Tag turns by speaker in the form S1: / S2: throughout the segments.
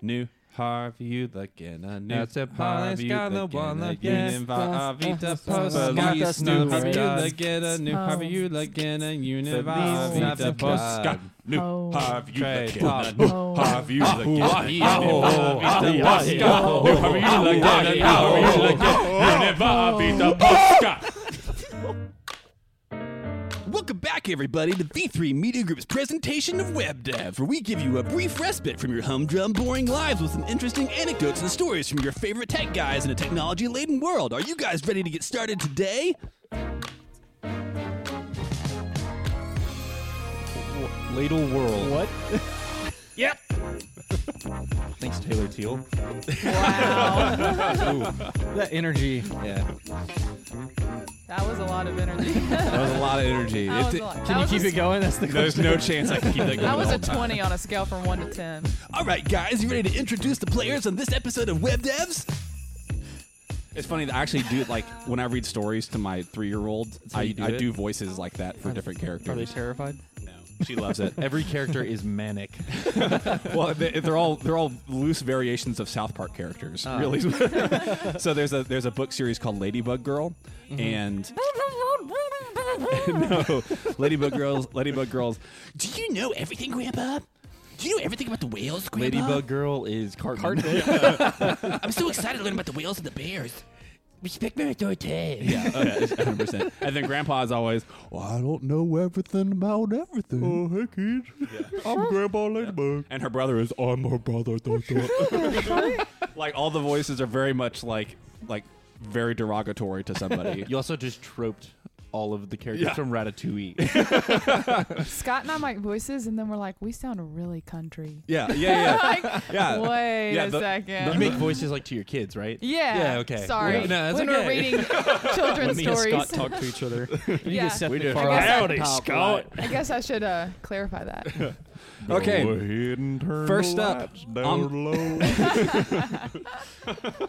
S1: New Harvey, you looking a new
S2: That's a Polish
S1: you
S2: guy, the
S1: looking
S2: one
S1: a
S2: that
S1: union
S2: gets
S1: vi-
S3: us-
S1: uh, Vita
S3: us-
S1: Post.
S3: us-
S1: Got
S2: us
S1: us new
S2: new
S1: Harvey, you
S2: records.
S1: looking a new Harvey, you looking a union vi-
S3: Feliz
S1: Vita
S3: Navidad.
S1: Post. Got New
S3: Oh.
S1: Harvey, you
S2: Trade
S1: looking a
S2: off.
S1: new
S3: Oh.
S1: Harvey, you
S2: Ah,
S1: looking
S2: ah,
S1: a union
S2: ah, oh,
S1: vi- Vita
S2: ah,
S1: Post.
S2: ah,
S1: Got
S2: ah,
S1: New Harvey, you
S2: ah,
S1: looking
S2: ah,
S1: a new
S2: ah,
S1: Harvey, you
S2: ah,
S1: looking union vi- Vita Post. Got
S4: Welcome back, everybody, to V3 Media Group's presentation of Web Dev, where we give you a brief respite from your humdrum, boring lives with some interesting anecdotes and stories from your favorite tech guys in a technology laden world. Are you guys ready to get started today?
S2: Ladle World.
S3: What?
S4: Yep.
S2: Thanks, Taylor Teal.
S3: Wow.
S2: That energy. Yeah.
S3: that was a lot of energy.
S2: That was a lot of energy.
S3: That was
S2: It-
S3: a lot.
S2: Can
S3: That
S2: you
S3: was
S2: keep
S3: a
S2: it going? That's the
S4: There's
S2: question.
S4: no chance I can keep that going.
S3: That was
S4: all
S3: a
S4: time.
S3: 20 on a scale from 1 to 10.
S4: All right, guys, you ready to introduce the players on this episode of Web Devs? It's funny that I actually do like when I read stories to my three-year-old.
S2: how you
S4: I,
S2: do
S4: I
S2: it?
S4: do voices like that for different
S2: Are they
S4: characters.
S2: terrified?
S4: No, she loves it.
S5: Every character is manic.
S4: well, they, they're all they're all loose variations of South Park characters,
S2: Ah.
S4: really. so there's a there's a book series called Ladybug Girl,
S2: Mm-hmm.
S4: and no, Ladybug Girls, Ladybug Girls.
S2: Oh,
S4: Do you know everything, Grandpa? Do you know everything about the whales, Grandpa?
S5: Ladybug Girl is Cartman.
S4: I'm so excited to learn about the whales and the bears. Respect my authority. Yeah, okay, 100%. And then Grandpa is always, well, I don't know everything about everything.
S5: Oh, hey, kids. I'm Grandpa Ladybug.
S4: And her brother is, I'm her brother. duh, duh." like all the voices are very much like, like very derogatory to somebody.
S5: You also just troped all of the characters
S4: Yeah.
S5: from Ratatouille.
S3: Scott and I make voices, and then we're like, we sound really country.
S4: yeah, yeah, yeah,
S3: Like,
S4: yeah.
S3: wait
S4: Yeah,
S3: a
S4: the-
S3: second.
S5: you make voices like to your kids, right?
S3: yeah.
S2: Yeah, okay.
S3: Sorry.
S2: Yeah. No, that's
S3: when
S2: okay.
S3: we're reading children's
S5: Me and
S3: stories.
S5: Scott talk to each other.
S2: You
S3: Yeah.
S2: just set
S5: We
S2: the
S5: just-
S2: car
S3: I guess
S2: off
S3: I-
S2: the top
S5: Scott.
S2: light.
S3: I guess I should uh, clarify that.
S5: Go
S4: Okay.
S5: ahead and turn
S4: First
S5: the
S4: up,
S5: lights
S4: um,
S5: down low.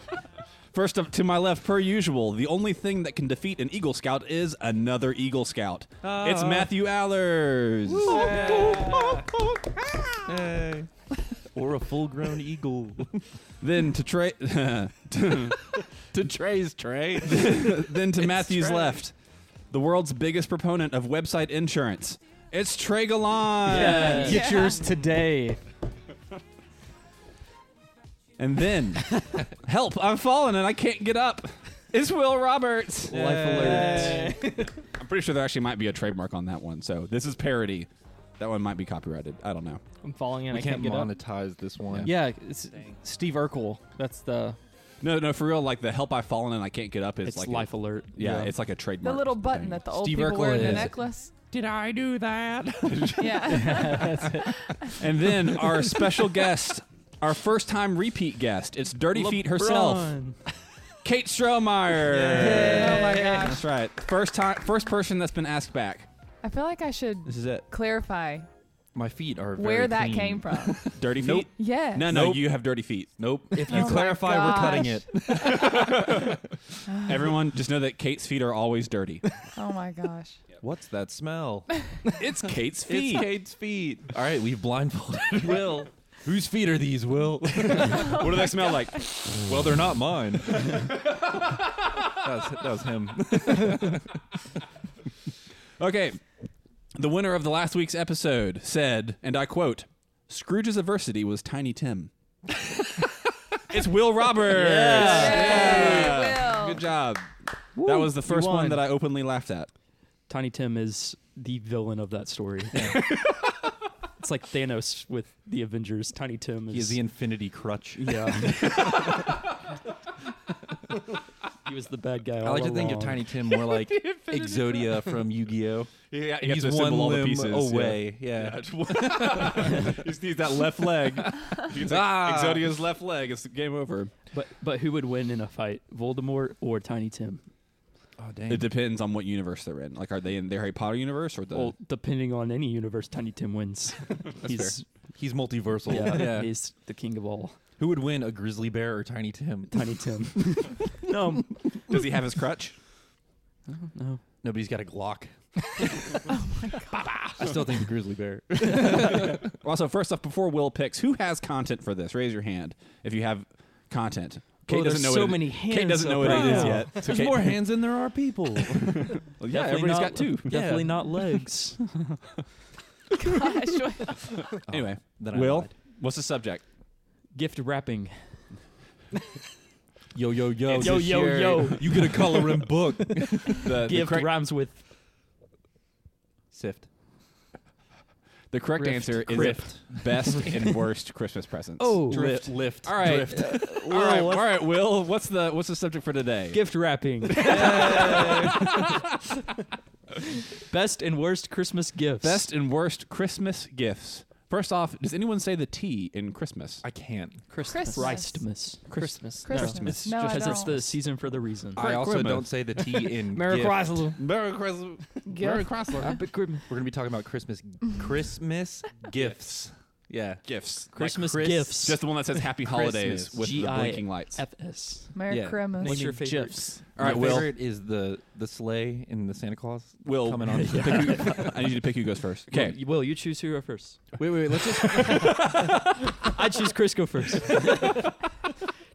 S4: First up to my left, per usual, the only thing that can defeat an Eagle Scout is another Eagle Scout. it's Matthew Allers.
S2: Hey.
S5: or a full-grown eagle.
S4: Then to Trey, to-
S5: to Trey's Trey.
S4: then to Matthew's
S5: Trey.
S4: left, the world's biggest proponent of website insurance. It's Trey Gallant.
S2: Get
S3: Yeah.
S2: yours today.
S4: And then, help! I'm falling and I can't get up. It's Will Roberts.
S5: Life alert.
S4: I'm pretty sure there actually might be a trademark on that one. So this is parody. That one might be copyrighted. I don't know.
S2: I'm falling in.
S5: We
S2: I
S5: can't
S2: can't get on.
S5: monetize this one.
S2: Yeah, it's Steve Urkel. That's the.
S4: No, no, for real. Like the help I've fallen and I can't get up is
S5: It's
S4: like a-
S5: life alert.
S4: yeah, it's like a
S3: The
S4: trademark.
S3: little button
S4: thing.
S3: that the old
S2: Steve
S3: people
S2: Urkel
S3: wear in the
S2: is-
S3: necklace.
S5: Did I do that?
S3: Yeah.
S4: And then our special guest, our first time repeat guest, it's Dirty Feet herself,
S2: LeBron.
S4: Kate Strohmeyer.
S3: oh my gosh.
S4: That's right. First time, first person that's been asked back.
S3: I feel like I should
S5: This is it.
S3: clarify
S5: My feet are very
S3: where that
S5: clean.
S3: came from.
S4: Dirty feet.
S5: Nope.
S3: yeah.
S4: No, no,
S5: Nope.
S4: you have dirty feet.
S5: Nope. If
S3: you Oh my clarify, we're cutting gosh.
S4: Everyone, just know that Kate's feet are always dirty.
S3: Oh my gosh.
S5: What's that smell?
S4: it's Kate's feet.
S5: It's Kate's feet. All right, we've blindfolded Will. Whose feet are these, Will?
S4: What do they smell like?
S5: well, they're not mine. that, was, that was him.
S4: Okay. The winner of the last week's episode said, and I quote, Scrooge's adversity was Tiny Tim. it's Will Roberts.
S3: Yeah. Yay, Will.
S4: Good job. that was the
S2: you
S4: first one
S2: won.
S4: that I openly laughed at.
S6: Tiny Tim is the villain of that story. it's like Thanos with the Avengers. Tiny Tim
S5: He
S6: is,
S5: is the infinity crutch.
S6: yeah. he was the bad guy.
S5: I like to think of Tiny Tim more like Exodia from Yu-Gi-Oh.
S4: Yeah,
S5: He's one limb away. Yeah.
S4: He's, that left leg.
S5: Ah.
S4: Exodia's left leg. It's game over.
S6: But but who would win in a fight, Voldemort or Tiny Tim?
S5: Oh dang.
S4: It depends on what universe they're in. Like, are they in their Harry Potter universe or the?
S6: Well, depending on any universe, Tiny Tim wins. he's
S5: He's multiversal.
S6: yeah,
S5: Yeah.
S6: he's the king of all.
S5: Who would win, a grizzly bear or Tiny Tim?
S6: Tiny Tim. no,
S4: does he have his crutch?
S6: no.
S5: Nobody's got a Glock. Oh
S4: I still think the grizzly bear. also, first off, before Will picks, who has content for this? Raise your hand if you have content. Kate
S6: Oh,
S4: doesn't
S6: there's
S4: know
S6: so
S4: what it-
S6: many
S4: Kate
S6: hands
S4: doesn't know
S6: up
S4: what it
S6: right
S4: is
S6: now.
S4: yet. So
S5: There's
S4: Kate-
S5: more hands than there are people.
S4: Well, yeah,
S6: Definitely
S4: everybody's
S6: not-
S4: got two.
S6: Definitely not legs.
S3: Gosh, what-
S4: Anyway,
S5: Then I
S4: Will,
S5: lied.
S4: what's the subject?
S6: Gift wrapping.
S5: Yo, yo, yo.
S6: Yo,
S5: this
S6: yo,
S5: year,
S6: yo.
S5: You get a coloring book.
S4: The, the,
S6: Gift
S4: correct,
S6: rhymes with
S5: Sift.
S4: the correct
S6: rift.
S4: answer is
S5: Rift.
S4: best and worst Christmas presents.
S6: drift.
S5: Li- lift.
S4: all right,
S5: Oh, Drift.
S4: all right, all right. Will, what's the what's the subject for today?
S6: Gift wrapping. Best and worst Christmas gifts.
S4: Best and worst Christmas gifts. First off, does anyone say the T in Christmas?
S5: I can't.
S3: Christmas.
S6: Christmas.
S5: Christmas.
S3: Christmas. No, I
S6: Because it's
S3: don't.
S6: the season for the reason.
S5: I also
S4: Christmas.
S5: don't say the T in gift. Merry Christmas.
S3: Gift.
S5: Chrysler. We're gonna be talking about Christmas Christmas gifts. Yeah.
S4: Gifts.
S6: Christmas
S5: Chris-
S6: gifts.
S4: Just the one that says Happy Holidays
S5: Christmas.
S4: with the
S6: G.I.
S4: blinking lights.
S6: FS.
S3: Merry
S5: Yeah.
S3: Christmas.
S6: What's
S5: Naming
S6: your favorite?
S5: gifs.
S4: All right,
S5: My
S4: Will.
S5: favorite is the the sleigh and the Santa Claus
S4: Will,
S5: coming on.
S4: pick who- I need you to pick who goes first.
S6: Will,
S4: Okay.
S6: you- Will, you choose who go first.
S5: Wait, wait, let's just
S6: I choose Chris go first.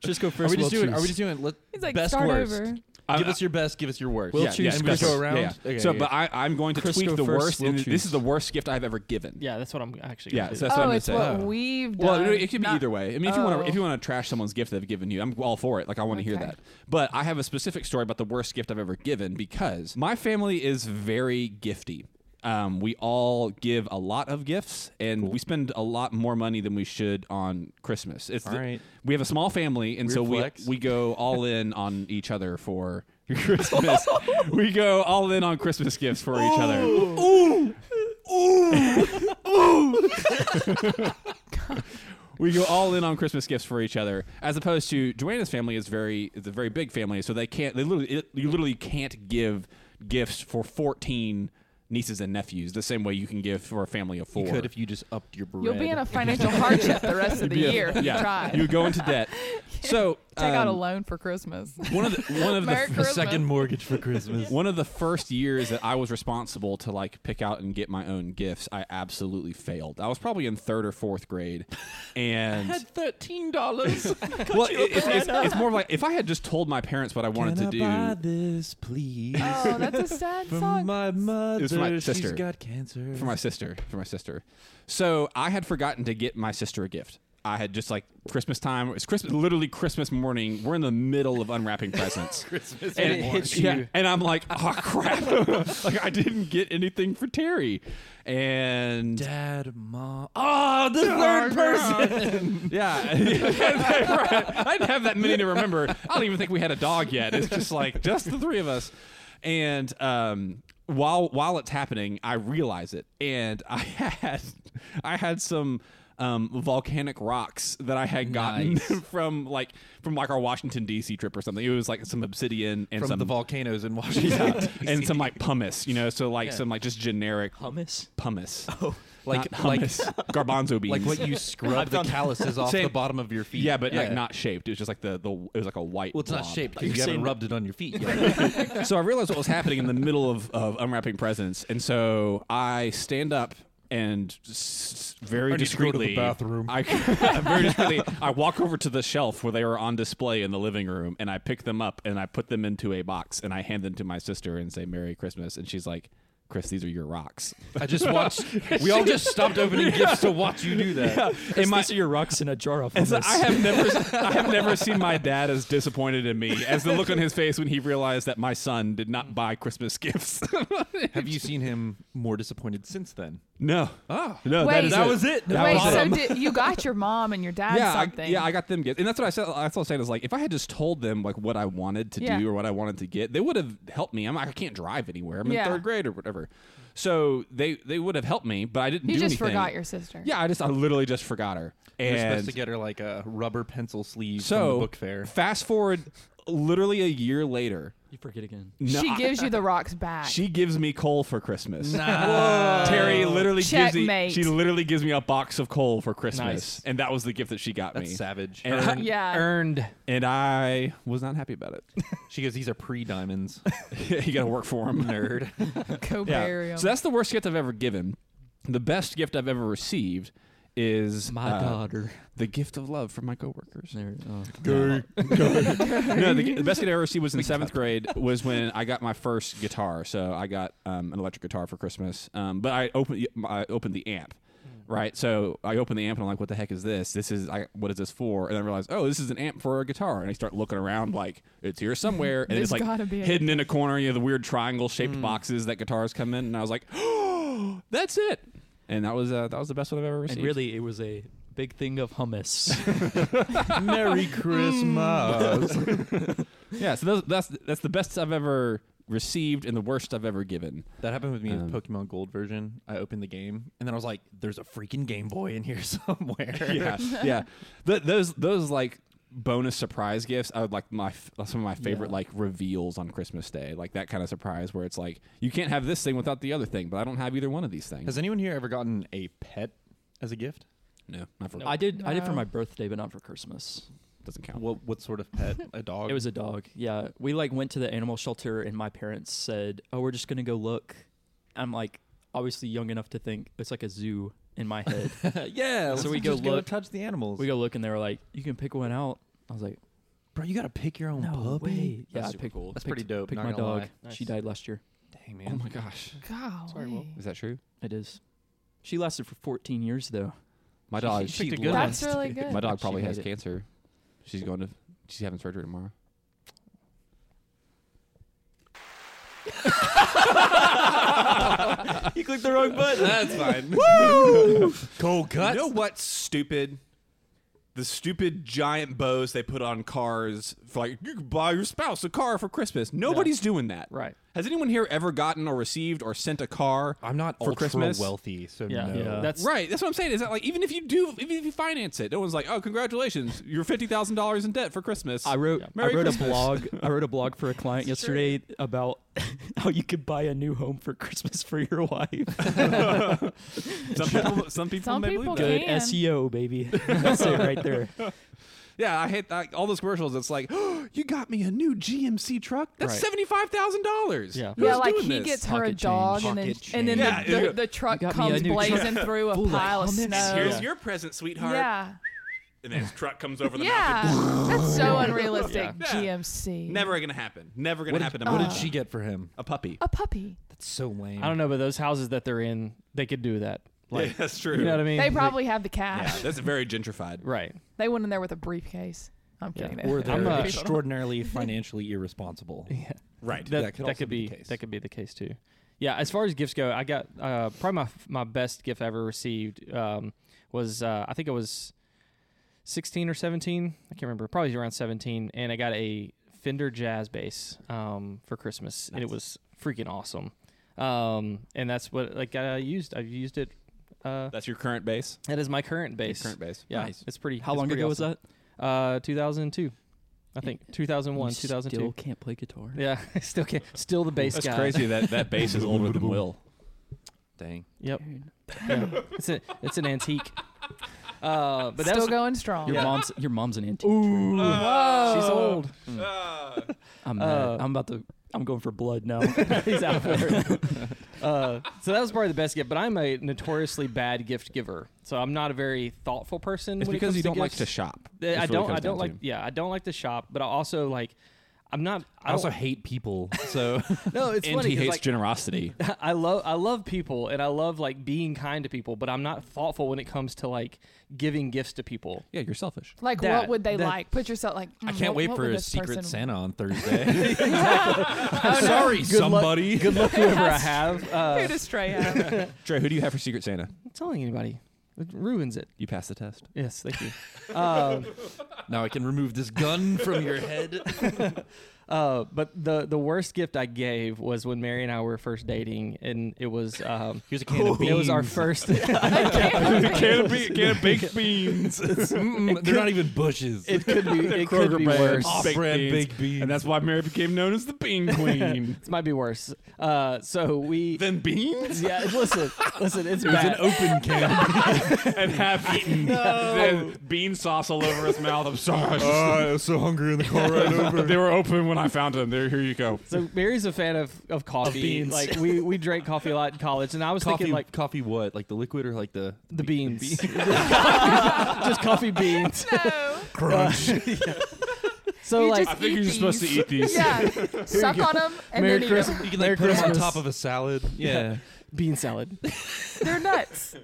S6: just go
S5: are
S6: first.
S5: we just
S6: Will
S5: doing? Are we
S6: choose.
S5: just doing? Let,
S3: He's like,
S5: best
S3: start
S5: worst.
S3: over.
S5: Give us your best. Give us your worst.
S6: We'll
S4: yeah,
S6: choose
S4: yeah, and best
S6: Chris.
S4: worst.
S5: Go around?
S4: Yeah, yeah.
S5: Okay,
S4: so,
S5: yeah.
S4: but I, I'm going to
S6: Chris
S4: tweak
S6: go
S4: the
S6: first,
S4: worst.
S6: we'll
S4: and
S6: choose.
S4: this is the worst gift I've ever given.
S6: Yeah, that's what I'm actually.
S4: Yeah,
S6: gonna
S4: so
S6: do.
S4: that's what I'm
S3: oh,
S4: gonna
S3: it's
S4: say.
S3: what
S5: Oh.
S3: we've
S4: Well,
S3: done.
S4: it, it can be
S3: not-
S4: either way. I mean, if you want
S3: Oh.
S4: to, if you want to trash someone's gift they've given you, I'm all for it. Like I want to hear
S3: Okay.
S4: that. But I have a specific story about the worst gift I've ever given because my family is very gifty. Um, we all give a lot of gifts, and we spend a lot more money than we should on Christmas. It's
S5: All
S4: the-
S5: right.
S4: We have a small family, and
S5: Weird
S4: so
S5: flex.
S4: we we go all in on each other for Christmas. we go all in on Christmas gifts for each other. we go all in on Christmas gifts for each other, as opposed to Joanna's family is very is a very big family, so they can't they literally it, you literally can't give gifts for fourteen nieces and nephews the same way you can give for a family of
S5: You
S4: four.
S5: could if you just upped your bread.
S3: You'll be in a financial hardship the rest of the
S4: Yeah.
S3: year if
S4: yeah,
S3: you try.
S4: you go into debt. So
S3: Take out a
S4: um,
S3: loan for Christmas.
S4: One of the, one of the
S3: Merry
S4: f-
S3: Christmas.
S5: mortgage for Christmas.
S4: one of the first years that I was responsible to like pick out and get my own gifts, I absolutely failed. I was probably in third or fourth grade, and
S5: Thirteen dollars.
S4: well, it- it's, it's, it's more of like if I had just told my parents what I wanted to do.
S5: this, please?
S3: Oh, that's a sad song.
S5: my mother.
S4: It's my sister.
S5: cancer.
S4: for my sister for my sister so i had forgotten to get my sister a gift i had just like christmas time it's christmas literally christmas morning we're in the middle of unwrapping presents christmas and
S6: morning. hits you.
S4: and i'm like oh crap like i didn't get anything for terry and
S5: Dad, mom. Oh, the third person.
S4: yeah Right. i didn't have that many to remember i don't even think we had a dog yet it's just like just the three of us and um while while it's happening i realize it and i had i had some um, volcanic rocks that I had gotten from like from like our Washington D.C. trip or something. It was like some obsidian and
S5: From
S4: some
S5: the volcanoes in Washington.
S4: and some like pumice, you know. So like some like just generic
S6: hummus.
S4: pumice,
S5: oh, Like-
S4: Not hummus, garbanzo beans,
S5: like what you scrub the calluses off the
S4: Same.
S5: bottom of your feet.
S4: yeah, but like not shaped. It was just like the the it was like a white.
S5: Well, it's not
S4: blob.
S5: shaped because you
S6: saying
S5: haven't
S6: that-
S5: rubbed it on your feet. Yet.
S4: so I realized what was happening in the middle of, of unwrapping presents, and so I stand up and s- s- very
S5: I need to go to the
S4: discreetly
S5: bathroom.
S4: I very discreetly I walk over to the shelf where they are on display in the living room, and I pick them up and I put them into a box and I hand them to my sister and say Merry Christmas, and she's like. Chris, these are your rocks.
S5: I just watched. We all just stopped opening gifts to watch you do that.
S6: Chris, these are your rocks in a jar of
S4: And so
S6: hummus.
S4: I have never, I have never seen my dad as disappointed in me as the look on his face when he realized that my son did not buy Christmas gifts.
S5: Have you seen him more disappointed since then?
S4: no,
S5: Ah,
S4: no,
S3: Wait,
S4: that is
S3: that
S4: it.
S5: was it. That
S3: Wait,
S5: was
S3: so
S5: it.
S3: did, you got your mom and your dad
S4: yeah, I,
S3: something?
S4: yeah, I got them gifts, and that's what I said. That's what I was saying is like, if I had just told them like what I wanted to
S3: Yeah.
S4: do or what I wanted to get, they would have helped me. I'm I can't drive anywhere. I'm
S3: Yeah.
S4: in third grade or whatever, so they they would have helped me, but I didn't
S3: you
S4: do
S3: just
S4: anything.
S3: forgot your sister.
S4: Yeah, I just I literally just forgot her,
S5: You're supposed
S4: and
S5: to get her like a rubber pencil sleeve from
S4: so
S5: the book fair.
S4: fast forward literally a year later,
S6: You forget again.
S4: no,
S3: she gives you the rocks back.
S4: she gives me coal for Christmas.
S5: Nah.
S4: Terry literally gives me,
S3: Checkmate.
S4: she literally gives me a box of coal for Christmas,
S2: Nice.
S4: and that was the gift that she got
S5: That's
S4: me.
S5: savage.
S4: And-
S5: Earned.
S3: yeah.
S2: Earned.
S4: And I was not happy about
S5: She goes, these are pre-diamonds.
S4: it. you got to work for them, nerd.
S3: Go bury
S4: Yeah.
S3: 'em.
S4: So that's the worst gift I've ever given. The best gift I've ever received is
S6: My
S4: uh,
S6: daughter.
S4: the gift of love from my coworkers.
S6: There, oh.
S4: no, the, the best gift I ever received was in seventh grade. Was when I got my first guitar. So I got um, an electric guitar for Christmas. Um, but I opened I opened the amp,
S6: Mm.
S4: right? So I opened the amp and I'm like, what the heck is this? This is I, what is this for? And I realized, oh, this is an amp for a guitar. And I start looking around like it's here somewhere, and it's
S3: There's
S4: like
S3: gotta be a-
S4: hidden in a corner. You know the weird triangle shaped boxes that guitars come in. And I was like, oh, that's it. And that was uh, that was the best one I've ever received.
S6: And really, it was a big thing of hummus.
S5: Merry Christmas.
S4: yeah. So those, that's that's the best I've ever received and the worst I've ever given.
S5: that happened with me in
S4: Um,
S5: the Pokemon Gold version. I opened the game, and then I was like, "There's a freaking Game Boy in here somewhere."
S4: yeah, yeah. Th- those those like bonus surprise gifts. I would like my f- some of my favorite
S6: Yeah.
S4: like reveals on Christmas Day, like that kind of surprise where it's like you can't have this thing without the other thing, but I don't have either one of these things.
S5: Has anyone here ever gotten a pet as a gift?
S4: no, not for
S6: I did. I did for
S3: No.
S6: my birthday, but not for Christmas.
S4: doesn't count.
S5: What what sort of pet? A dog.
S6: It was a dog. Yeah, we like went to the animal shelter, and my parents said, "Oh, we're just gonna go look." I'm like, obviously young enough to think it's like a zoo in my head.
S5: yeah.
S6: so we go look.
S5: touch the animals.
S6: we go look, and they were like, "You can pick one out." I was like,
S5: bro. You gotta pick your own
S6: "No
S5: puppy.
S6: way." Yeah,
S4: That's
S6: I
S4: super
S6: picked.
S4: cool.
S5: That's
S6: picked-
S5: pretty dope,
S6: Picked
S5: not
S6: my
S5: gonna
S6: dog.
S5: lie.
S6: She
S5: Nice.
S6: died last year.
S5: Dang
S4: oh
S5: man.
S4: my gosh,
S3: Golly.
S4: is that true?
S6: It is. She lasted for 14 years though.
S4: My
S5: She-
S4: dog.
S5: she picked a good
S4: loves-
S3: That's really good.
S4: my dog
S6: She
S4: probably
S6: made
S4: has
S6: it.
S4: cancer. She's going to. She's having surgery tomorrow.
S6: you clicked the wrong button.
S4: That's fine.
S5: Cold
S4: You know what's stupid? The stupid giant bows they put on cars for like you could buy your spouse a car for Christmas. Nobody's doing that.
S6: Right.
S4: Has anyone here ever gotten or received or sent a car?
S5: I'm not
S4: For
S5: ultra
S4: Christmas?
S5: wealthy, so
S6: Yeah.
S5: no.
S6: Yeah.
S2: That's
S4: Right, that's what I'm saying. Is that like even if you do, even if you finance it, no one's like, "Oh, congratulations, you're fifty thousand dollars in debt for Christmas."
S6: I wrote
S4: Merry
S6: I wrote
S4: Christmas.
S6: a blog I wrote a blog for a client yesterday about how you could buy a new home for Christmas for your wife.
S4: Some people, some people
S3: Some
S4: may
S3: people
S4: believe that.
S6: Good
S3: Can.
S6: SEO, E baby. That's it right there.
S4: Yeah, I hate that. all those commercials. It's like, "You got me a new GMC truck. That's
S6: Right.
S4: seventy five thousand dollars."
S6: Yeah.
S3: yeah, like
S4: doing
S3: he
S4: this?
S3: gets her a
S6: Pocket
S3: dog,
S5: change.
S3: and then
S5: Pocket
S3: and then
S4: change.
S3: the,
S4: Yeah,
S3: the,
S4: yeah.
S3: the truck
S6: got me a
S3: comes
S6: new truck.
S3: blazing through a
S6: Ooh, like
S3: pile of
S6: hummus.
S3: snow.
S4: Here's
S6: Yeah.
S4: your present, sweetheart.
S3: yeah,
S4: And then his truck comes over the mountain.
S3: yeah. That's so unrealistic.
S4: Yeah.
S3: GMC.
S4: Never gonna happen. Never gonna
S5: What
S4: happen.
S5: did,
S4: to
S5: what
S4: my
S5: did
S4: dog.
S5: she get for him?
S4: A puppy.
S3: a puppy.
S5: That's so lame.
S2: I don't know, but those houses that they're in, they could do that. Like,
S4: Yeah, that's true.
S2: you know what I mean?
S3: They
S6: Mm-hmm.
S2: Like-
S3: probably have the cash.
S4: Yeah, that's very gentrified.
S2: right.
S3: They went in there with a briefcase. I'm
S2: Yeah.
S3: kidding.
S5: Or
S3: They-
S5: they're
S2: I'm a-
S5: extraordinarily financially irresponsible.
S4: Right.
S2: that,
S5: That could
S2: could,
S5: also
S2: that could
S5: be
S2: be,
S5: the case.
S2: that could be the case too. Yeah, as far as gifts go, I got uh, probably my my best gift I ever received um, was uh, I think it was sixteen or seventeen. I can't remember. Probably around seventeen, and I got a Fender Jazz bass um, for Christmas, and it was freaking awesome. Um, and that's what like I used. I've used it. Uh,
S4: That's your current base.
S2: that is my current bass.
S4: Your current base.
S2: Yeah,
S6: Nice.
S2: it's pretty.
S6: How
S2: it's
S6: long
S2: pretty
S6: ago
S2: awesome.
S6: was that?
S2: that? Uh, two thousand two, I think. Two thousand one,
S6: You
S2: two thousand
S6: Still
S2: two.
S6: can't play guitar.
S2: Yeah, I still can't. Still the bass
S4: That's
S2: guy.
S4: crazy that that base is older than Will.
S5: Dang.
S2: Yep. Yeah. it's a, it's an antique. Uh, but that
S3: Still
S2: was
S3: going strong.
S6: Your
S2: Yeah.
S6: mom's your mom's an antique.
S2: Ooh,
S4: Whoa.
S2: she's old.
S6: I'm
S2: Uh,
S6: mad. I'm about to. I'm going for blood now. He's out there.
S2: Uh, so that was probably the best gift. But I'm a notoriously bad gift giver, so I'm not a very thoughtful person.
S4: It's
S2: when it
S4: because
S2: comes
S4: you
S2: to
S4: don't like
S2: gifts.
S4: to shop.
S2: Uh, I don't. I don't like. Yeah, I don't like to shop, but I also like. I'm not. I,
S5: I also
S2: also.
S5: hate people. So
S2: No, it's
S4: And
S2: funny.
S4: he
S2: 'cause,
S4: hates
S2: like,
S4: generosity.
S2: I love I love people and I love like being kind to people, but I'm not thoughtful when it comes to like giving gifts to people.
S4: yeah, you're selfish.
S3: like,
S2: that-
S3: what would they
S2: that-
S3: like? Put yourself like.
S5: I
S3: mm,
S5: can't
S3: what-
S5: wait
S3: what
S5: for
S3: would
S5: a
S3: this
S5: secret
S3: person-
S5: Santa
S3: Oh,
S5: on Thursday.
S2: Sorry,
S5: somebody.
S2: good luck whoever I have.
S3: Who
S2: Uh,
S3: does Trey have?
S4: Trey, who do you have for Secret Santa?
S2: I'm telling anybody, it ruins it.
S4: You passed the test.
S2: Yes, thank you. um,
S5: now I can remove this gun from your head.
S6: Uh, but the the worst gift I gave was when Mary and I were first dating, and it was um,
S5: Here's a can of
S6: it was our
S5: beans.
S6: first.
S4: can, of be, can of baked beans.
S5: Mm, they're not even bushes.
S6: it could be. It could be
S4: brand
S6: worse.
S4: baked
S5: Off-brand
S4: beans.
S5: baked beans.
S4: And that's why Mary became known as the Bean Queen.
S6: This might be worse. Uh, so we.
S4: then beans
S6: yeah, listen, listen. It's
S5: It's an
S6: bad.
S5: open can.
S4: and half eaten. Then bean sauce all over his mouth. I'm sorry.
S5: I was Ah, so hungry in the car ride
S4: they were open when I found them. There, here you go.
S6: So Mary's a fan of of coffee.
S5: beans.
S6: Like we we drank coffee a lot in college, and I was
S5: Coffee,
S6: thinking like
S5: like coffee, what? Like the liquid or like the
S6: the beans, just coffee beans.
S3: No.
S5: crunch?
S6: So
S3: You
S6: like
S3: just
S4: I think
S3: eat
S4: you're supposed to
S3: these.
S4: eat these.
S3: Yeah. Suck on them and
S6: Merry
S3: then eat 'em.
S6: Christmas.
S5: you can
S6: Merry
S5: like put 'em on
S6: Christmas.
S5: top of a salad. Yeah,
S6: bean salad.
S3: They're nuts.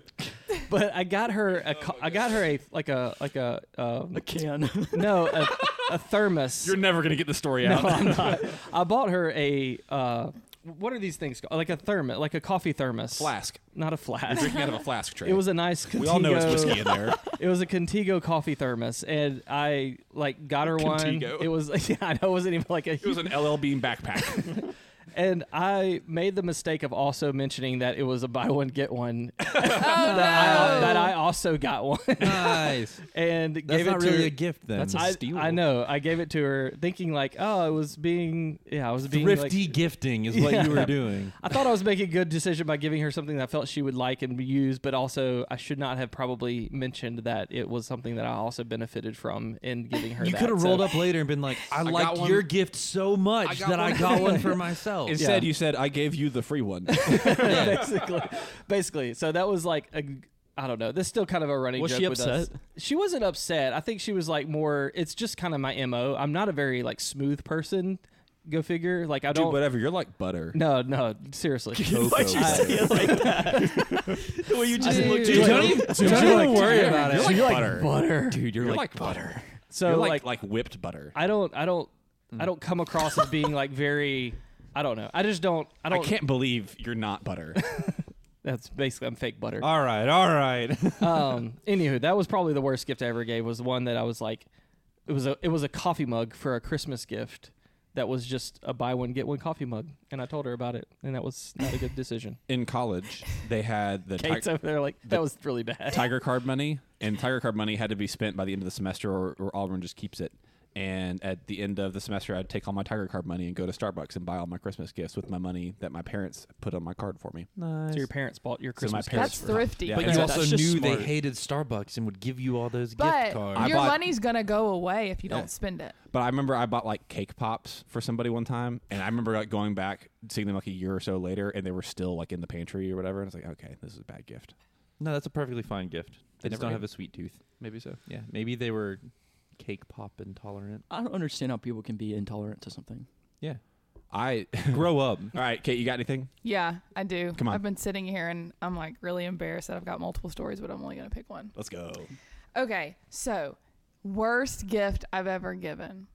S6: But I got her
S4: Oh
S6: a co- I got her a like a like a um,
S7: A can.
S6: no a, a thermos.
S4: You're never gonna get the story
S6: no,
S4: out.
S6: I'm not. I bought her a uh, what are these things called? Like a thermos, like a coffee thermos.
S4: Flask.
S6: Not a flask.
S4: Drinking out of a flask tray.
S6: It was a nice. Contigo,
S4: we all know it's whiskey in there.
S6: It was a Contigo coffee thermos, and I like got her
S4: Contigo.
S6: one. It was yeah, I know it wasn't even like a.
S4: It was an LL Bean backpack.
S6: and I made the mistake of also mentioning that it was a buy one get one.
S3: Oh,
S4: Oh,
S6: that, I, uh, that I also got one
S5: nice.
S6: and
S5: That's
S6: gave it
S5: not
S6: to
S5: really
S6: her.
S5: a gift then.
S7: That's a
S6: I,
S7: steal.
S6: I know. I gave it to her thinking like, oh, it was being yeah, I was being like-
S5: thrifty gifting is what
S6: Yeah.
S5: you were doing.
S6: I thought I was making a good decision by giving her something that I felt she would like and use, but also I should not have probably mentioned that it was something that I also benefited from in giving her.
S5: You
S6: that.
S5: could have
S6: So-
S5: rolled up later and been like, "I,
S4: got
S5: liked
S4: one-
S5: your gift so much
S4: got
S5: that I
S4: one."
S5: got one for myself."
S4: Instead,
S6: Yeah.
S4: you said I gave you the free one.
S5: Yeah.
S6: basically. Basically, so that was like a. I don't know. This is still kind of a running
S7: Was
S6: joke
S7: she
S6: with us.
S7: upset?
S6: She wasn't upset. I think she was like more. It's just kind of my mo. I'm not a very like smooth person. Go figure. Like I don't.
S4: whatever. You're like butter.
S6: no, no. Seriously.
S5: Why'd you
S6: I-
S5: say
S7: well, you just
S3: Dude.
S7: looked
S3: Dude,
S7: at
S5: don't
S7: it.
S5: even,
S4: Dude,
S5: don't
S4: you're
S5: even
S4: like-
S5: worry
S4: you're
S5: about it.
S4: like butter.
S6: butter.
S5: Dude,
S4: You're, like, butter.
S6: So
S4: you're
S6: like,
S4: like, like whipped butter.
S6: I don't. I don't.
S7: Mm.
S6: I don't come across as being like very. I don't know. I just don't. I
S4: I
S6: don't.
S4: can't believe you're not butter.
S6: That's basically I'm fake butter.
S7: Uh.
S5: All right, all right.
S6: um anywho that was probably the worst gift i ever gave was the one that i was like it was a it was a coffee mug for a christmas gift that was just a buy one get one coffee mug and i told her about it and that was not a good decision
S4: In college, they had the
S6: kate's
S4: ti-
S6: over there like that was really bad
S4: Tiger Card money, and Tiger Card money had to be spent by the end of the semester, or, or Auburn just keeps it. And at the end of the semester, I'd take all my Tiger Card money and go to Starbucks and buy all my Christmas gifts with my money that my parents put on my card for me.
S6: so your parents bought your
S4: So my
S6: christmas gift.
S4: parents
S3: That's
S4: were-
S3: thrifty.
S4: Yeah,
S5: But
S4: and
S5: you
S4: so-
S5: also
S7: that's just
S5: knew
S7: smart.
S5: they hated Starbucks and would give you all those
S3: But
S5: gift cards.
S4: I
S3: your
S4: bought-
S3: money's gonna go away if you
S4: Yeah.
S3: don't spend it.
S4: But I remember I bought like cake pops for somebody one time, and I remember like going back, seeing them like a year or so later, and they were still like in the pantry or whatever. And I was like, okay, this is a bad gift.
S5: no, that's a perfectly fine gift. They,
S4: They
S5: just
S4: never
S5: don't
S4: ate
S5: have a sweet tooth. Maybe so. Yeah, maybe they were cake pop intolerant.
S7: I don't understand how people can be intolerant to something.
S5: Yeah,
S4: I
S5: grow up.
S4: all right, Kate, you got anything?
S3: Yeah, I do.
S4: Come on.
S3: I've been sitting here and I'm like really embarrassed that I've got multiple stories, but I'm only gonna pick one.
S4: Let's go.
S3: Okay, so worst gift I've ever given.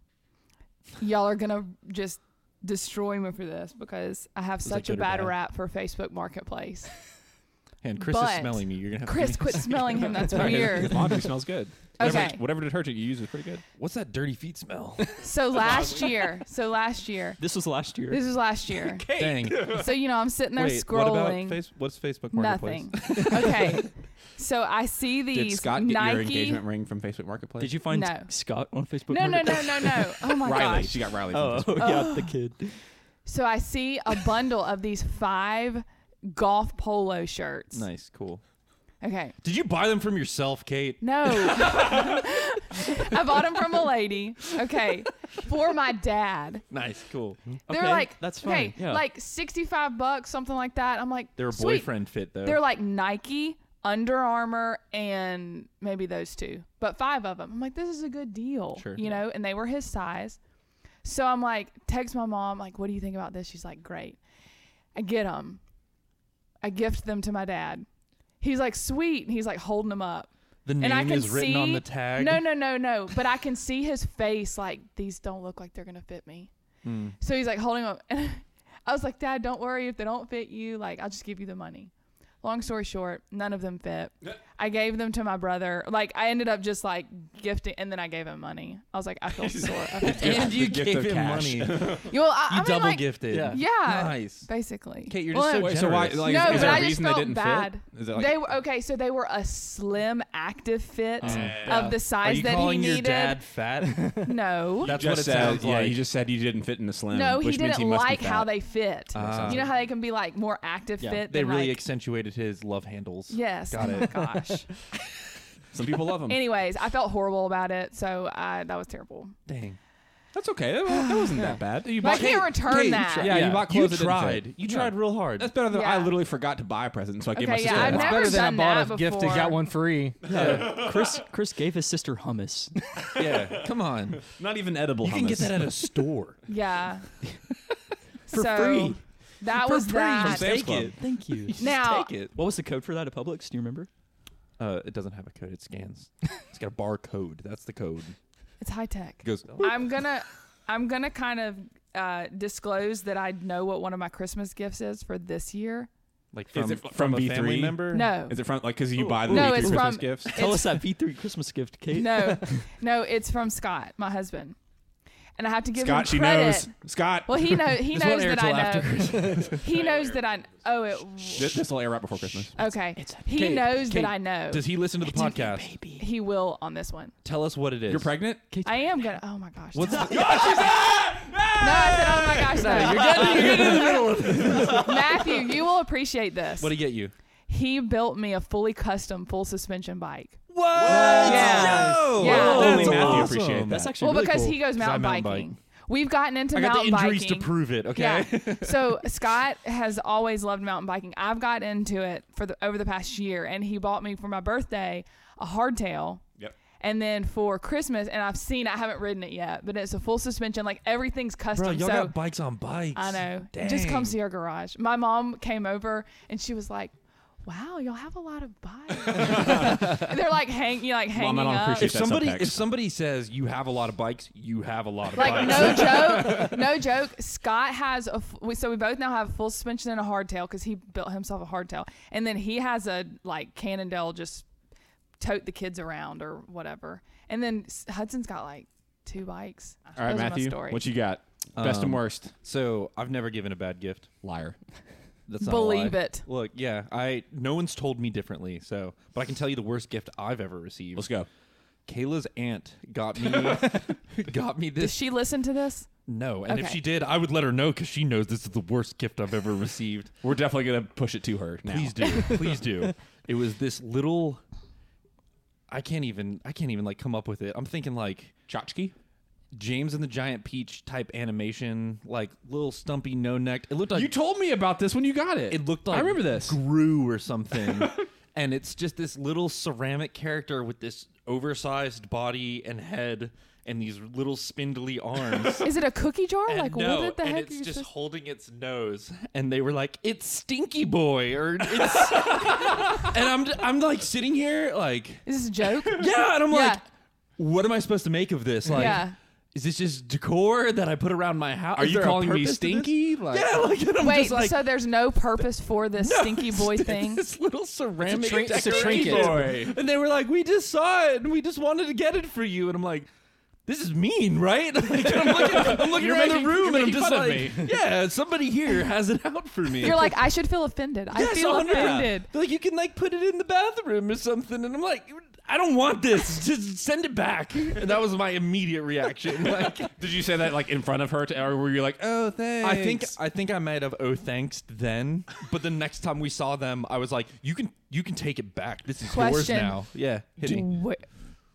S3: Y'all are gonna just destroy me for this because I have
S5: that
S3: such a
S5: good or
S3: bad
S5: bad?
S3: rap for Facebook Marketplace.
S5: And Chris is
S3: But-
S5: smelling me. You're gonna have
S3: Chris,
S5: To
S3: quit smelling him. That's
S4: His
S3: weird.
S4: laundry smells good.
S3: Okay.
S4: Whatever, whatever detergent you use is pretty good.
S5: What's that dirty feet smell?
S3: So last year, so last year,
S7: This was last year.
S3: this was last year.
S5: Dang.
S3: So you know, I'm sitting there
S5: Wait,
S3: scrolling.
S5: What about face- what's Facebook Marketplace?
S3: Nothing. okay. So I see these
S4: Did Scott get
S3: Nike.
S4: your engagement ring from Facebook Marketplace?
S7: Did you find
S3: No.
S7: Scott on Facebook?
S3: no, no, no,
S7: Marketplace?
S3: no, no. Oh my
S4: Riley?
S3: gosh.
S4: She got Riley.
S7: Oh,
S4: From Facebook.
S7: yeah, the kid.
S3: So I see a bundle of these five golf polo shirts.
S5: Nice, cool.
S3: Okay.
S5: Did you buy them from yourself, Kate?
S3: No. I bought them from a lady. Okay. For my dad.
S5: Nice, cool.
S3: They're
S7: Okay,
S3: like
S7: that's
S3: okay,
S7: fine, yeah.
S3: like 65 bucks, something like that. I'm like
S5: They're a
S3: Sweet.
S5: boyfriend fit though.
S3: They're like Nike, Under Armour, and maybe those two, but five of them. I'm like, this is a good deal,
S5: Sure.
S3: you know. And they were his size, so I'm like, text my mom, like, what do you think about this? She's like, great. I get them. I gift them to my dad. He's like, sweet. And he's like holding them up.
S5: the name
S3: and I can
S5: is written on
S3: see-
S5: the tag.
S3: No, no, no, no. But I can see his face like these don't look like they're gonna fit me.
S5: Hmm.
S3: So he's like holding up. I was like, Dad, don't worry if they don't fit you. Like I'll just give you the money. Long story short, none of them fit. I gave them to my brother. Like I ended up just like gifting, and then I gave him money. I was like, I feel sore. I feel terrible.
S5: and you
S4: the gift
S5: gave
S4: of
S5: him
S4: cash.
S5: money. You
S3: You- well, I, I mean,
S5: double
S3: like,
S5: gifted.
S2: Yeah.
S3: Yeah,
S5: Nice.
S3: basically.
S5: Kate, you're
S3: Well,
S5: just so
S4: Wait,
S5: generous.
S4: so why? Like,
S3: no,
S4: is,
S3: but
S4: there
S3: I
S4: a
S3: just
S4: reason they
S3: felt
S4: didn't
S3: bad.
S4: fit? Is it like,
S3: they were okay, so they were a slim, active fit
S5: Mm.
S3: of
S5: Oh,
S3: the
S5: Are
S3: size
S5: you
S3: that he
S5: calling your
S3: needed.
S5: dad fat?
S3: No,
S5: That's what
S4: just
S5: it
S4: said,
S5: sounds
S4: yeah,
S5: like.
S4: you just said you didn't fit in the slim.
S3: no, he
S4: which means
S3: didn't
S4: he must be
S3: like how
S4: fat.
S3: they fit.
S5: Ah.
S3: you know how they can be like more active
S6: Yeah,
S3: fit.
S5: they
S3: than,
S5: really
S3: like,
S5: accentuated his love handles.
S3: yes.
S5: Got
S3: oh
S5: it.
S3: my gosh.
S4: Some people love them.
S3: Anyways, I felt horrible about it, so I, that was terrible.
S5: Dang.
S4: That's okay. That, that wasn't that bad. You
S3: But I
S4: bought-
S3: can't
S4: Hey,
S3: return
S4: hey,
S3: that.
S4: You tried. Yeah,
S2: Yeah.
S4: you bought
S5: You
S4: clothes. that didn't fit.
S5: tried. You tried real hard.
S4: That's better than I
S3: Yeah.
S4: literally forgot to buy a present, so I gave my
S3: Okay,
S4: sister.
S3: yeah, I've
S4: one.
S3: never
S2: better than I
S3: done
S2: bought
S3: that
S2: a gift and
S3: before.
S2: got one free.
S6: Chris Chris gave his sister hummus.
S5: yeah. Come on.
S4: Not even edible.
S5: You can get
S4: hummus.
S5: that at a store.
S3: Yeah.
S6: For
S3: so
S6: free.
S3: That was that.
S4: Sam's Club.
S6: Thank you.
S5: Just
S3: Now-
S5: take it.
S6: What was the code for that at Publix? Do you remember?
S5: Uh, it doesn't have a code. It scans. It's got a barcode. That's the code.
S3: It's high tech.
S5: It goes.
S3: I'm gonna I'm gonna kind of uh, disclose that I know what one of my Christmas gifts is for this year.
S5: Like
S4: Is
S5: from
S4: it fr-
S5: from,
S4: from
S5: a family
S4: V3?
S5: member.
S3: No.
S4: Is it from like because you buy the
S3: No,
S4: week
S3: it's
S4: Christmas
S3: from-
S4: gifts?
S3: It's-
S6: Tell us that V3 Christmas gift, Kate.
S3: No, no, it's from Scott, my husband, and I have to give
S4: Scott, she
S3: him credit.
S4: knows. Scott,
S3: Well, he knows. He
S6: This won't
S3: knows
S6: air
S3: that
S6: till
S3: I
S6: after
S3: know. he knows that I. Oh, it.
S4: this, this will air out before Christmas.
S3: Okay. he
S5: Kate,
S3: knows
S5: Kate,
S3: that I know.
S5: Does he listen to the podcast?
S6: Baby.
S3: he will on this one.
S5: Tell us what it is.
S4: You're pregnant.
S3: I am gonna. Oh my gosh.
S5: What's
S3: no,
S5: the,
S3: I said. Oh my
S5: you're
S3: gosh. No.
S5: getting, you're getting in the middle of it.
S3: Matthew, you will appreciate this.
S5: What do you get you?
S3: he built me a fully custom full suspension bike.
S5: What?
S3: Yeah.
S5: No.
S3: Yeah. Whoa.
S4: Only
S5: That's
S4: Matthew
S5: awesome.
S4: appreciated
S6: That's
S4: that.
S6: actually
S3: well,
S6: really
S3: because
S6: cool.
S3: he goes
S5: 'Cause I
S3: mountain
S5: mountain
S3: biking. We've gotten into
S5: I got the
S3: mountain
S5: injuries
S3: biking.
S5: to prove it. Okay.
S3: Yeah. so Scott has always loved mountain biking. I've got into it for the over the past year, and he bought me for my birthday a hardtail.
S4: Yep.
S3: And then for Christmas, and I've seen, I haven't ridden it yet, but it's a full suspension. Like everything's
S5: Bro,
S3: custom.
S5: y'all
S3: so
S5: got bikes on bikes.
S3: I know. Just come
S5: Dang.
S3: see our garage. My mom came over and she was like, "Wow, y'all have a lot of bikes." They're like hang, you know, like hanging
S4: Mom, I don't
S3: up.
S4: appreciate
S5: If
S4: That's
S5: somebody
S4: subtext.
S5: if somebody says you have a lot of bikes, you have a lot of
S3: Like
S5: bikes.
S3: no joke, no joke. Scott has a f- we, so we both now have full suspension and a hardtail because he built himself a hardtail, and then he has a like Cannondale just tote the kids around or whatever, and then S- Hudson's got like two bikes.
S4: All right,
S3: Those are my
S4: Matthew,
S3: story.
S4: what you got? Best
S5: Um,
S4: and worst.
S5: So I've never given a bad gift.
S4: Liar.
S5: That's not a
S3: Believe
S5: lie.
S3: it.
S5: Look, yeah, I no one's told me differently. So, but I can tell you the worst gift I've ever received.
S4: Let's go.
S5: Kayla's aunt got me got me
S3: Does
S5: this.
S3: she listen to this?
S5: no, and if
S3: Okay.
S5: she did, I would let her know because she knows this is the worst gift I've ever received.
S4: We're definitely gonna push it to her now.
S5: Please do, please do. It was this little. I can't even. I can't even like come up with it. I'm thinking like
S4: Tchotchke?
S5: James and the Giant Peach type animation, like little stumpy, no necked. It looked like
S4: you told me about this when you got it.
S5: it looked like
S4: I remember this.
S5: grew or something and it's just this little ceramic character with this oversized body and head and these little spindly arms
S3: Is it a cookie jar?
S5: And
S3: like
S5: no,
S3: what the
S5: and
S3: heck?
S5: it's
S3: are you
S5: just
S3: supposed-
S5: holding its nose, and they were like, "It's Stinky Boy," or it's, and I'm I'm like sitting here like,
S3: Is this a joke?
S5: yeah, and I'm
S3: Yeah.
S5: like, what am I supposed to make of this? Like,
S3: Yeah.
S5: is this just decor that I put around my house?
S4: Are
S5: Is
S4: you
S5: there a
S4: calling me
S5: purpose to this?
S4: stinky? Like-
S5: yeah, like and I'm
S3: Wait,
S5: just like,
S3: so there's no purpose for this
S5: no,
S3: stinky
S5: it's
S3: boy
S5: just
S3: thing?
S5: This little ceramic
S2: trin- it's a
S5: decoration.
S4: trinket.
S5: And they were like, "We just saw it, and we just wanted to get it for you." And I'm like, "This is mean, right?" Like, I'm looking, I'm looking
S4: You're
S5: around
S4: making-
S5: the room,
S4: you're
S5: and I'm
S4: making
S5: just
S4: fun of
S5: like, "Yeah, somebody here has it out for me."
S3: You're like, I should feel offended. I
S5: yes,
S3: feel
S5: 100%.
S3: offended.
S5: They're like, "You can like put it in the bathroom or something," and I'm like. I don't want this. Just send it back. And that was my immediate reaction. Like,
S4: Did you say that like in front of her, to, or were you like, "Oh, thanks"?
S5: I think I think I might have oh thanks then, but the next time we saw them, I was like, you can you can take it back. This is yours
S3: Question.
S5: now. Yeah, hit me.
S3: Where?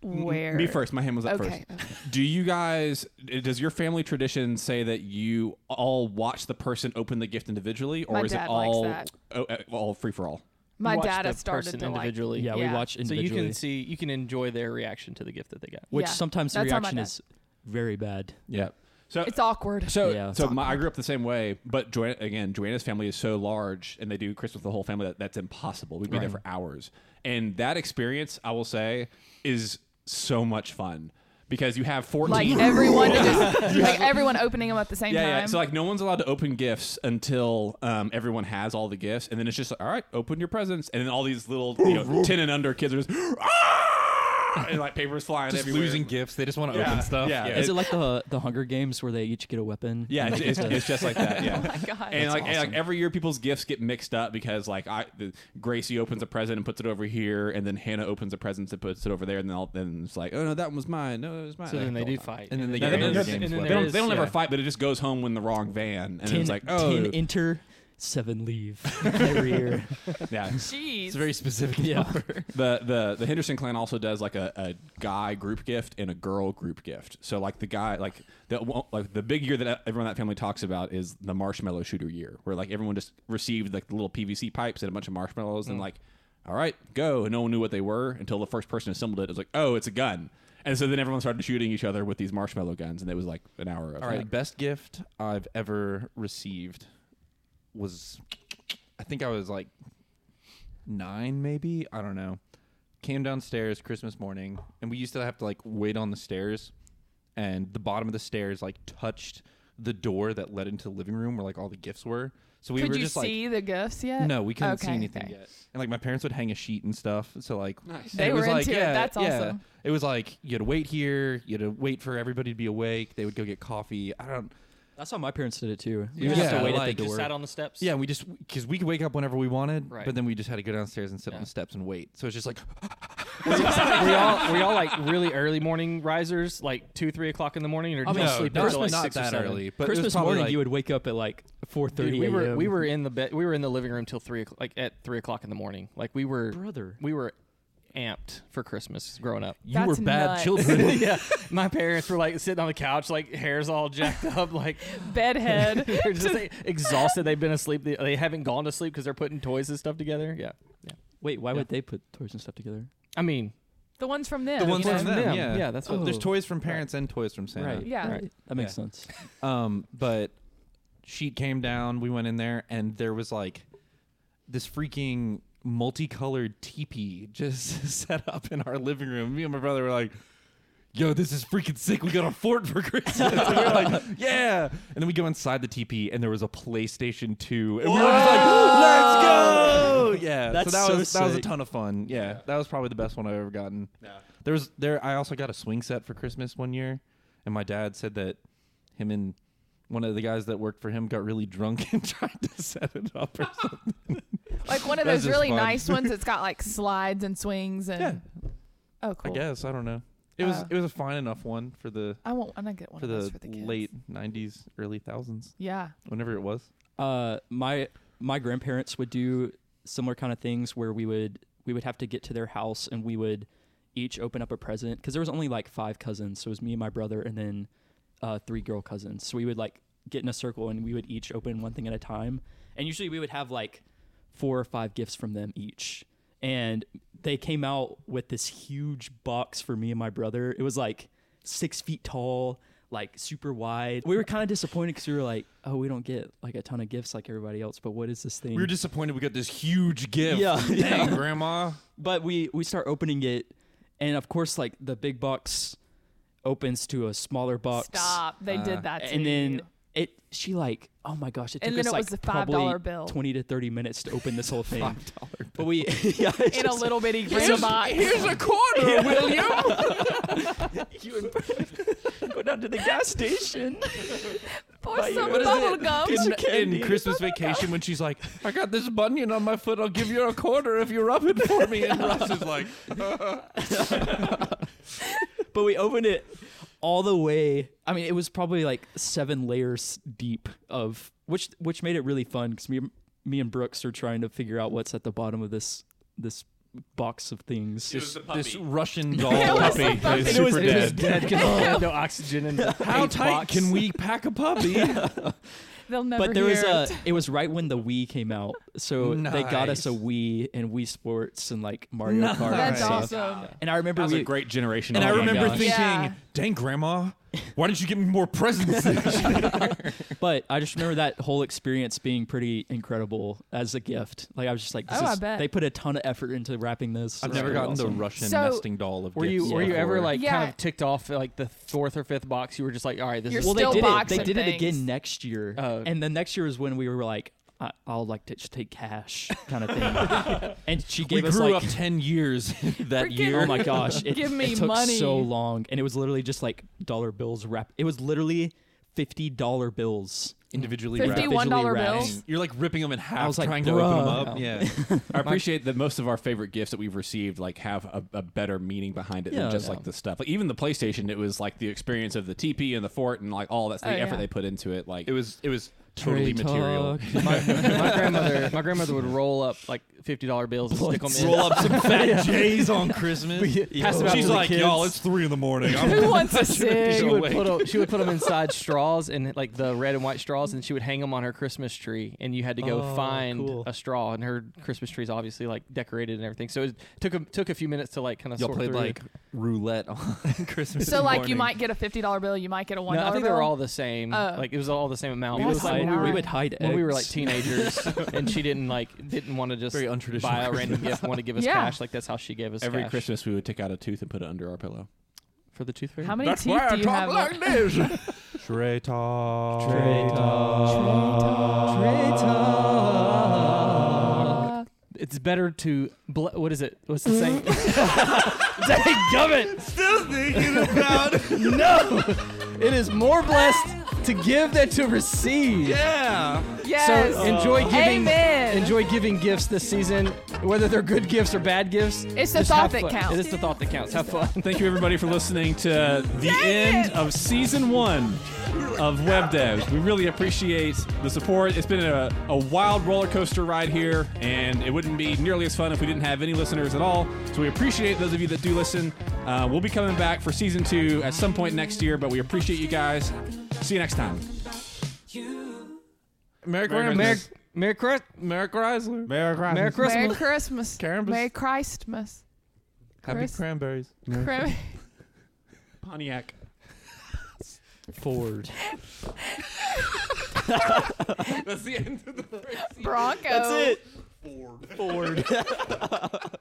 S3: where?
S4: Me first. My hand was up
S3: Okay,
S4: first.
S3: okay.
S4: Do you guys? Does your family tradition say that you all watch the person open the gift individually, or
S3: My
S4: is
S3: dad
S4: it
S3: likes
S4: all
S3: that.
S4: oh, uh, all free for all?
S3: My
S2: Watch
S3: dad
S2: the
S3: has started
S2: person
S3: to
S2: individually.
S3: Like,
S6: yeah, we watch
S2: So you
S6: individually.
S2: can see, you can enjoy their reaction to the gift that they got.
S6: which
S3: Yeah,
S6: sometimes the
S3: that's how my
S6: reaction
S3: dad-
S6: is very bad.
S5: Yeah.
S4: So
S3: It's awkward.
S4: So,
S6: Yeah.
S4: so my, I grew up the same way, but Joanna, again, Joanna's family is so large, and they do Christmas with the whole family that that's impossible. We'd be there for hours, and that experience, I will say, is so much fun because you have 14
S3: Like everyone to just like everyone opening them at the same
S4: yeah,
S3: time.
S4: yeah. So like, no one's allowed to open gifts until um, everyone has all the gifts, and then it's just like, all right, open your presents, and then all these little you know, ten and under kids are just "Ah!" and like papers flying
S5: Just
S4: everywhere.
S5: losing gifts. They just want to
S4: Yeah.
S5: open stuff.
S4: Yeah.
S6: Is it like the the Hunger Games where they each get a weapon?
S4: Yeah,
S6: And
S4: it's,
S6: they
S4: it's,
S6: get to-
S4: it's just like that. Yeah.
S3: Oh my god.
S4: and
S6: That's
S4: like, and, like
S6: awesome.
S4: every year, people's gifts get mixed up because like I, the, Gracie opens a present and puts it over here, and then Hannah opens a present and puts it over there, and then all, then it's like, oh no, that one was mine. No, it was mine.
S2: So
S4: Like,
S2: then they
S4: all
S2: do
S4: fine.
S2: fight,
S5: And then they
S4: No,
S5: get
S4: they,
S5: another
S4: don't,
S5: game's
S4: they
S5: weapon.
S4: don't-
S5: weapon.
S4: they
S2: There
S4: don't
S2: is-
S4: ever
S2: yeah.
S4: fight, but it just goes home when the wrong van, and
S6: Ten,
S4: it's like, oh,
S6: ten enter, seven leave every year.
S4: yeah.
S3: Jeez.
S5: It's a very specific.
S6: Yeah.
S5: number.
S4: the the the Henderson clan also does like a, a guy group gift and a girl group gift. So like the guy like the like the big year that everyone in that family talks about is the marshmallow shooter year, where like everyone just received like the little PVC pipes and a bunch of marshmallows and like, all right, go. And no one knew what they were until the first person assembled it. It was like, oh, it's a gun. And so then everyone started shooting each other with these marshmallow guns, and it was like an hour of
S5: All right,
S4: that.
S5: best gift I've ever received was I think I was like 9 maybe, I don't know. Came downstairs Christmas morning and we used to have to like wait on the stairs and the bottom of the stairs like touched the door that led into the living room where like all the gifts were. So we
S3: Could
S5: were
S3: you
S5: just like
S3: see the gifts yet?
S5: no, we couldn't see
S3: Okay,
S5: anything
S3: okay.
S5: yet. And like my parents would hang a sheet and stuff. So like
S4: Nice.
S5: and
S3: They
S5: it was
S3: were
S5: like,
S3: into it.
S5: yeah,
S3: That's
S5: yeah.
S3: awesome.
S5: It was like you had to wait here, you had to wait for everybody to be awake. They would go get coffee. I don't
S6: That's how my parents did it too.
S5: You
S6: just have
S5: Yeah,
S6: to wait
S5: like,
S6: at the
S5: just
S6: door.
S2: sat on the steps.
S5: Yeah, we just because we could wake up whenever we wanted,
S2: Right.
S5: but then we just had to go downstairs and sit on
S2: Yeah.
S5: the steps and wait. So it's just like
S2: were y'all were y'all like really early morning risers, like two, three o'clock in the morning, or
S6: I
S2: did
S6: mean,
S2: you
S6: no,
S2: sleep
S6: not-
S2: until like
S5: not
S2: Oh, six or
S5: that
S2: seven?
S5: early, but it was
S6: Christmas
S5: probably,
S6: morning,
S5: like-
S6: you would wake up at like four
S2: Dude,
S6: thirty.
S2: we were we were in the bed we were in the living room till three o'clock, like at three o'clock in the morning. Like we were
S6: brother.
S2: we were amped for Christmas growing up.
S5: you
S3: That's
S5: were bad
S3: nuts.
S5: children.
S2: yeah, my parents were like sitting on the couch, like hair's all jacked up, like
S3: Bedhead.
S2: they're just like, exhausted. They've been asleep. They, they haven't gone to sleep because they're putting toys and stuff together. Yeah, yeah.
S6: Wait, why
S2: Yeah.
S6: would they put toys and stuff together?
S2: I mean,
S3: the ones from them.
S5: The ones
S3: you
S5: from
S3: know?
S5: them, yeah.
S2: yeah. That's what.
S6: Oh.
S5: There's toys from parents and toys from Santa.
S6: Right.
S3: Yeah.
S2: Right.
S6: That makes sense.
S5: Um, but sheet came down. We went in there, and there was like this freaking multicolored teepee just set up in our living room. Me and my brother were like. Yo, this is freaking sick. We got a fort for Christmas. And we were like, yeah. And then we go inside the teepee, and there was a PlayStation 2. And we were just like, let's go. Yeah.
S6: That's
S5: so that
S6: so
S5: was that was a
S6: sick.
S5: ton of fun. Yeah, That was probably the best one I've ever gotten.
S4: Yeah.
S5: There was there I also got a swing set for Christmas one year and my dad said that him and one of the guys that worked for him got really drunk and tried to set it up or something.
S3: Like one of
S5: That's
S3: those
S5: just
S3: really
S5: fun.
S3: nice ones that's got like slides and swings and oh
S5: I
S3: cool.
S5: guess. I don't know. It was
S3: Uh,
S5: it was a fine enough one for the
S3: I won't. I'm not get one
S5: for
S3: of those
S5: the,
S3: for the kids.
S5: late nineties, early thousands.
S3: Yeah.
S5: Whenever it was.
S6: Uh, my my grandparents would do similar kind of things where we would we would have to get to their house and we would each open up a present because there was only like five cousins, so it was me and my brother and then uh, three girl cousins. So we would like get in a circle and we would each open one thing at a time, and usually we would have like four or five gifts from them each. And they came out with this huge box for me and my brother. It was like six feet tall, like super wide. We were kind of disappointed because we were like, oh, we don't get like a ton of gifts like everybody else, but what is this thing?
S5: disappointed we got this huge gift.
S6: Yeah,
S5: Dang, grandma.
S6: but we we start opening it, and of course, like the big box opens to a smaller box.
S3: Stop. They
S5: Uh,
S3: did that to
S6: and
S3: you.
S6: then it she like oh my gosh it
S3: And
S6: took
S3: then
S6: us
S3: it
S6: like
S3: was the
S6: probably
S3: $5 bill.
S6: 20 to 30 minutes to open this whole thing
S5: dollar
S6: but we yeah it's
S3: in a
S6: just-
S3: little bitty green box.
S5: a quarter, William.
S6: you and- go down to the gas station
S3: Pour
S6: Buy
S3: some
S6: you- What is
S3: bubble
S6: it?
S3: gum.
S6: It's-
S5: in,
S6: candy.
S5: in Christmas vacation when she's like, I got this bunion on my foot. I'll give you a quarter if you rub it for me. And Russ is like,
S6: but we opened it all the way i mean it was probably like seven layers deep of which which made it really fun because me me and brooks are trying to figure out what's at the bottom of this this box of things
S5: this, this Russian doll
S3: It was
S5: puppy.
S3: the
S5: is
S6: puppy.
S5: super
S6: It was- it was
S5: dead.
S2: dead because they had no oxygen in the
S5: How
S2: eight
S5: tight
S2: box.
S5: can we pack a puppy?
S3: They'll never
S6: but there was
S3: hear
S6: a
S3: it.
S6: it was right when the Wii came out. So they got us a
S5: Nice.
S6: Wii and Wii Sports and like Mario Kart
S3: That's
S6: and stuff.
S3: awesome.
S6: And I
S4: That
S6: remember
S4: was
S6: we
S4: a great generational.
S5: and I
S6: Oh my
S5: remember
S6: gosh.
S5: thinking,
S3: Yeah.
S5: dang, grandma, Why didn't you give me more presents?
S6: But I just remember that whole experience being pretty incredible as a gift. Like I was just like, this
S3: Oh, I
S6: is-
S3: bet.
S6: they put a ton of effort into wrapping this.
S5: I've
S6: It's
S5: never
S6: pretty
S5: gotten
S6: awesome.
S5: the Russian
S3: So-
S5: nesting doll of
S2: Were you
S5: gifts
S2: were you
S5: before.
S2: ever like
S3: Yeah.
S2: kind of ticked off at, like the fourth or fifth box? You were just like, all right, this
S3: You're
S2: is
S6: well,
S3: still
S6: they did it. They
S3: boxing
S6: did it
S3: things.
S6: again next year,
S2: Oh.
S6: and the next year is when we were like, I- I'll like to just take cash kind of thing. and she
S5: We
S6: gave us
S5: grew
S6: like
S5: up ten years that
S3: Freaking-
S5: year.
S6: Oh my gosh! It,
S3: Give me
S6: it took
S3: money.
S6: so long, and it was literally just like dollar bills wrapped. It was literally fifty dollar bills.
S5: Individually
S3: Fifty
S5: wrapped.
S3: one dollar
S6: Individually
S3: bills.
S5: You're like ripping them in half,
S6: was like,
S5: trying to open them
S6: "Bruh."
S5: up. Yeah.
S4: I appreciate that most of our favorite gifts that we've received like have a, a better meaning behind it
S6: Yeah,
S4: than just
S6: yeah.
S4: like the stuff. Like even the PlayStation, it was like the experience of the teepee and the fort and like all that's the
S3: Oh,
S4: effort
S3: yeah.
S4: they put into it. Like
S5: it was it was totally
S6: Trade
S5: material.
S6: talk.
S2: my, my grandmother my grandmother would roll up like fifty dollar bills and stick them in.
S5: Roll up some fat J's on Christmas.
S2: Pass them out
S5: Oh, She's
S2: to the
S5: like,
S2: kids.
S5: y'all, it's three in the morning. I'm
S3: Who wants a
S2: she
S3: cig?
S2: would put 'em- she would put them inside straws and like the red and white straws, and she would hang them on her Christmas tree. And you had to go
S6: Oh,
S2: find
S6: cool.
S2: a straw, and her Christmas tree's obviously like decorated and everything. So it took a, took a few minutes to like kind of
S5: Y'all
S2: sort
S5: played
S2: through.
S5: like roulette on Christmas.
S3: So like you
S5: morning.
S3: might get a fifty dollar bill, you might get a one
S2: no,
S3: dollar.
S2: I think
S3: bill.
S2: they were all the same.
S3: Oh.
S2: Like it was all the same amount.
S6: We
S2: It
S6: would
S2: was
S3: That's
S2: like
S6: hide.
S3: bizarre.
S6: We would hide eggs.
S2: when we were like teenagers, and she didn't like didn't want to just
S5: Very untraditional
S2: buy a random gift, want to give us
S3: Yeah.
S2: cash. Like that's how she gave us
S4: every
S2: cash.
S4: Christmas we would take out a tooth and put it under our pillow.
S2: for the tooth fairy.
S3: How many teeth do you have? left?
S5: this. Trey talk.
S6: Trey
S3: Uh,
S2: It's better to ble- what is it? What's the saying? Dang gummit!
S5: Still thinking about.
S2: No, it is more blessed to give than to receive.
S5: yeah.
S3: yes.
S2: So enjoy giving.
S3: Amen.
S2: Enjoy giving gifts this season, whether they're good gifts or bad gifts.
S3: It's the
S2: just
S3: thought
S2: have
S3: that
S2: fun.
S3: counts.
S2: It is the thought that counts. Have fun.
S4: Thank you everybody for listening to the
S3: Dang
S4: end
S3: it!
S4: of season one of Web Devs. We really appreciate the support. It's been a, a wild roller coaster ride here, and it wouldn't be nearly as fun if we didn't have any listeners at all. So we appreciate those of you that do listen. Uh, we'll be coming back for season two at some point next year, but we appreciate you guys. See you next time.
S5: Merry
S4: Merry
S5: Christmas.
S2: Merry, Merry Christmas.
S5: Merry Chrysler. Merry Chrysler.
S2: Merry Christmas.
S3: Merry Christmas.
S5: Carambas.
S3: Merry Christmas.
S5: Happy
S3: Chris-
S5: cranberries.
S3: Cram-
S4: Pontiac.
S6: Ford.
S3: Bronco.
S6: Ford.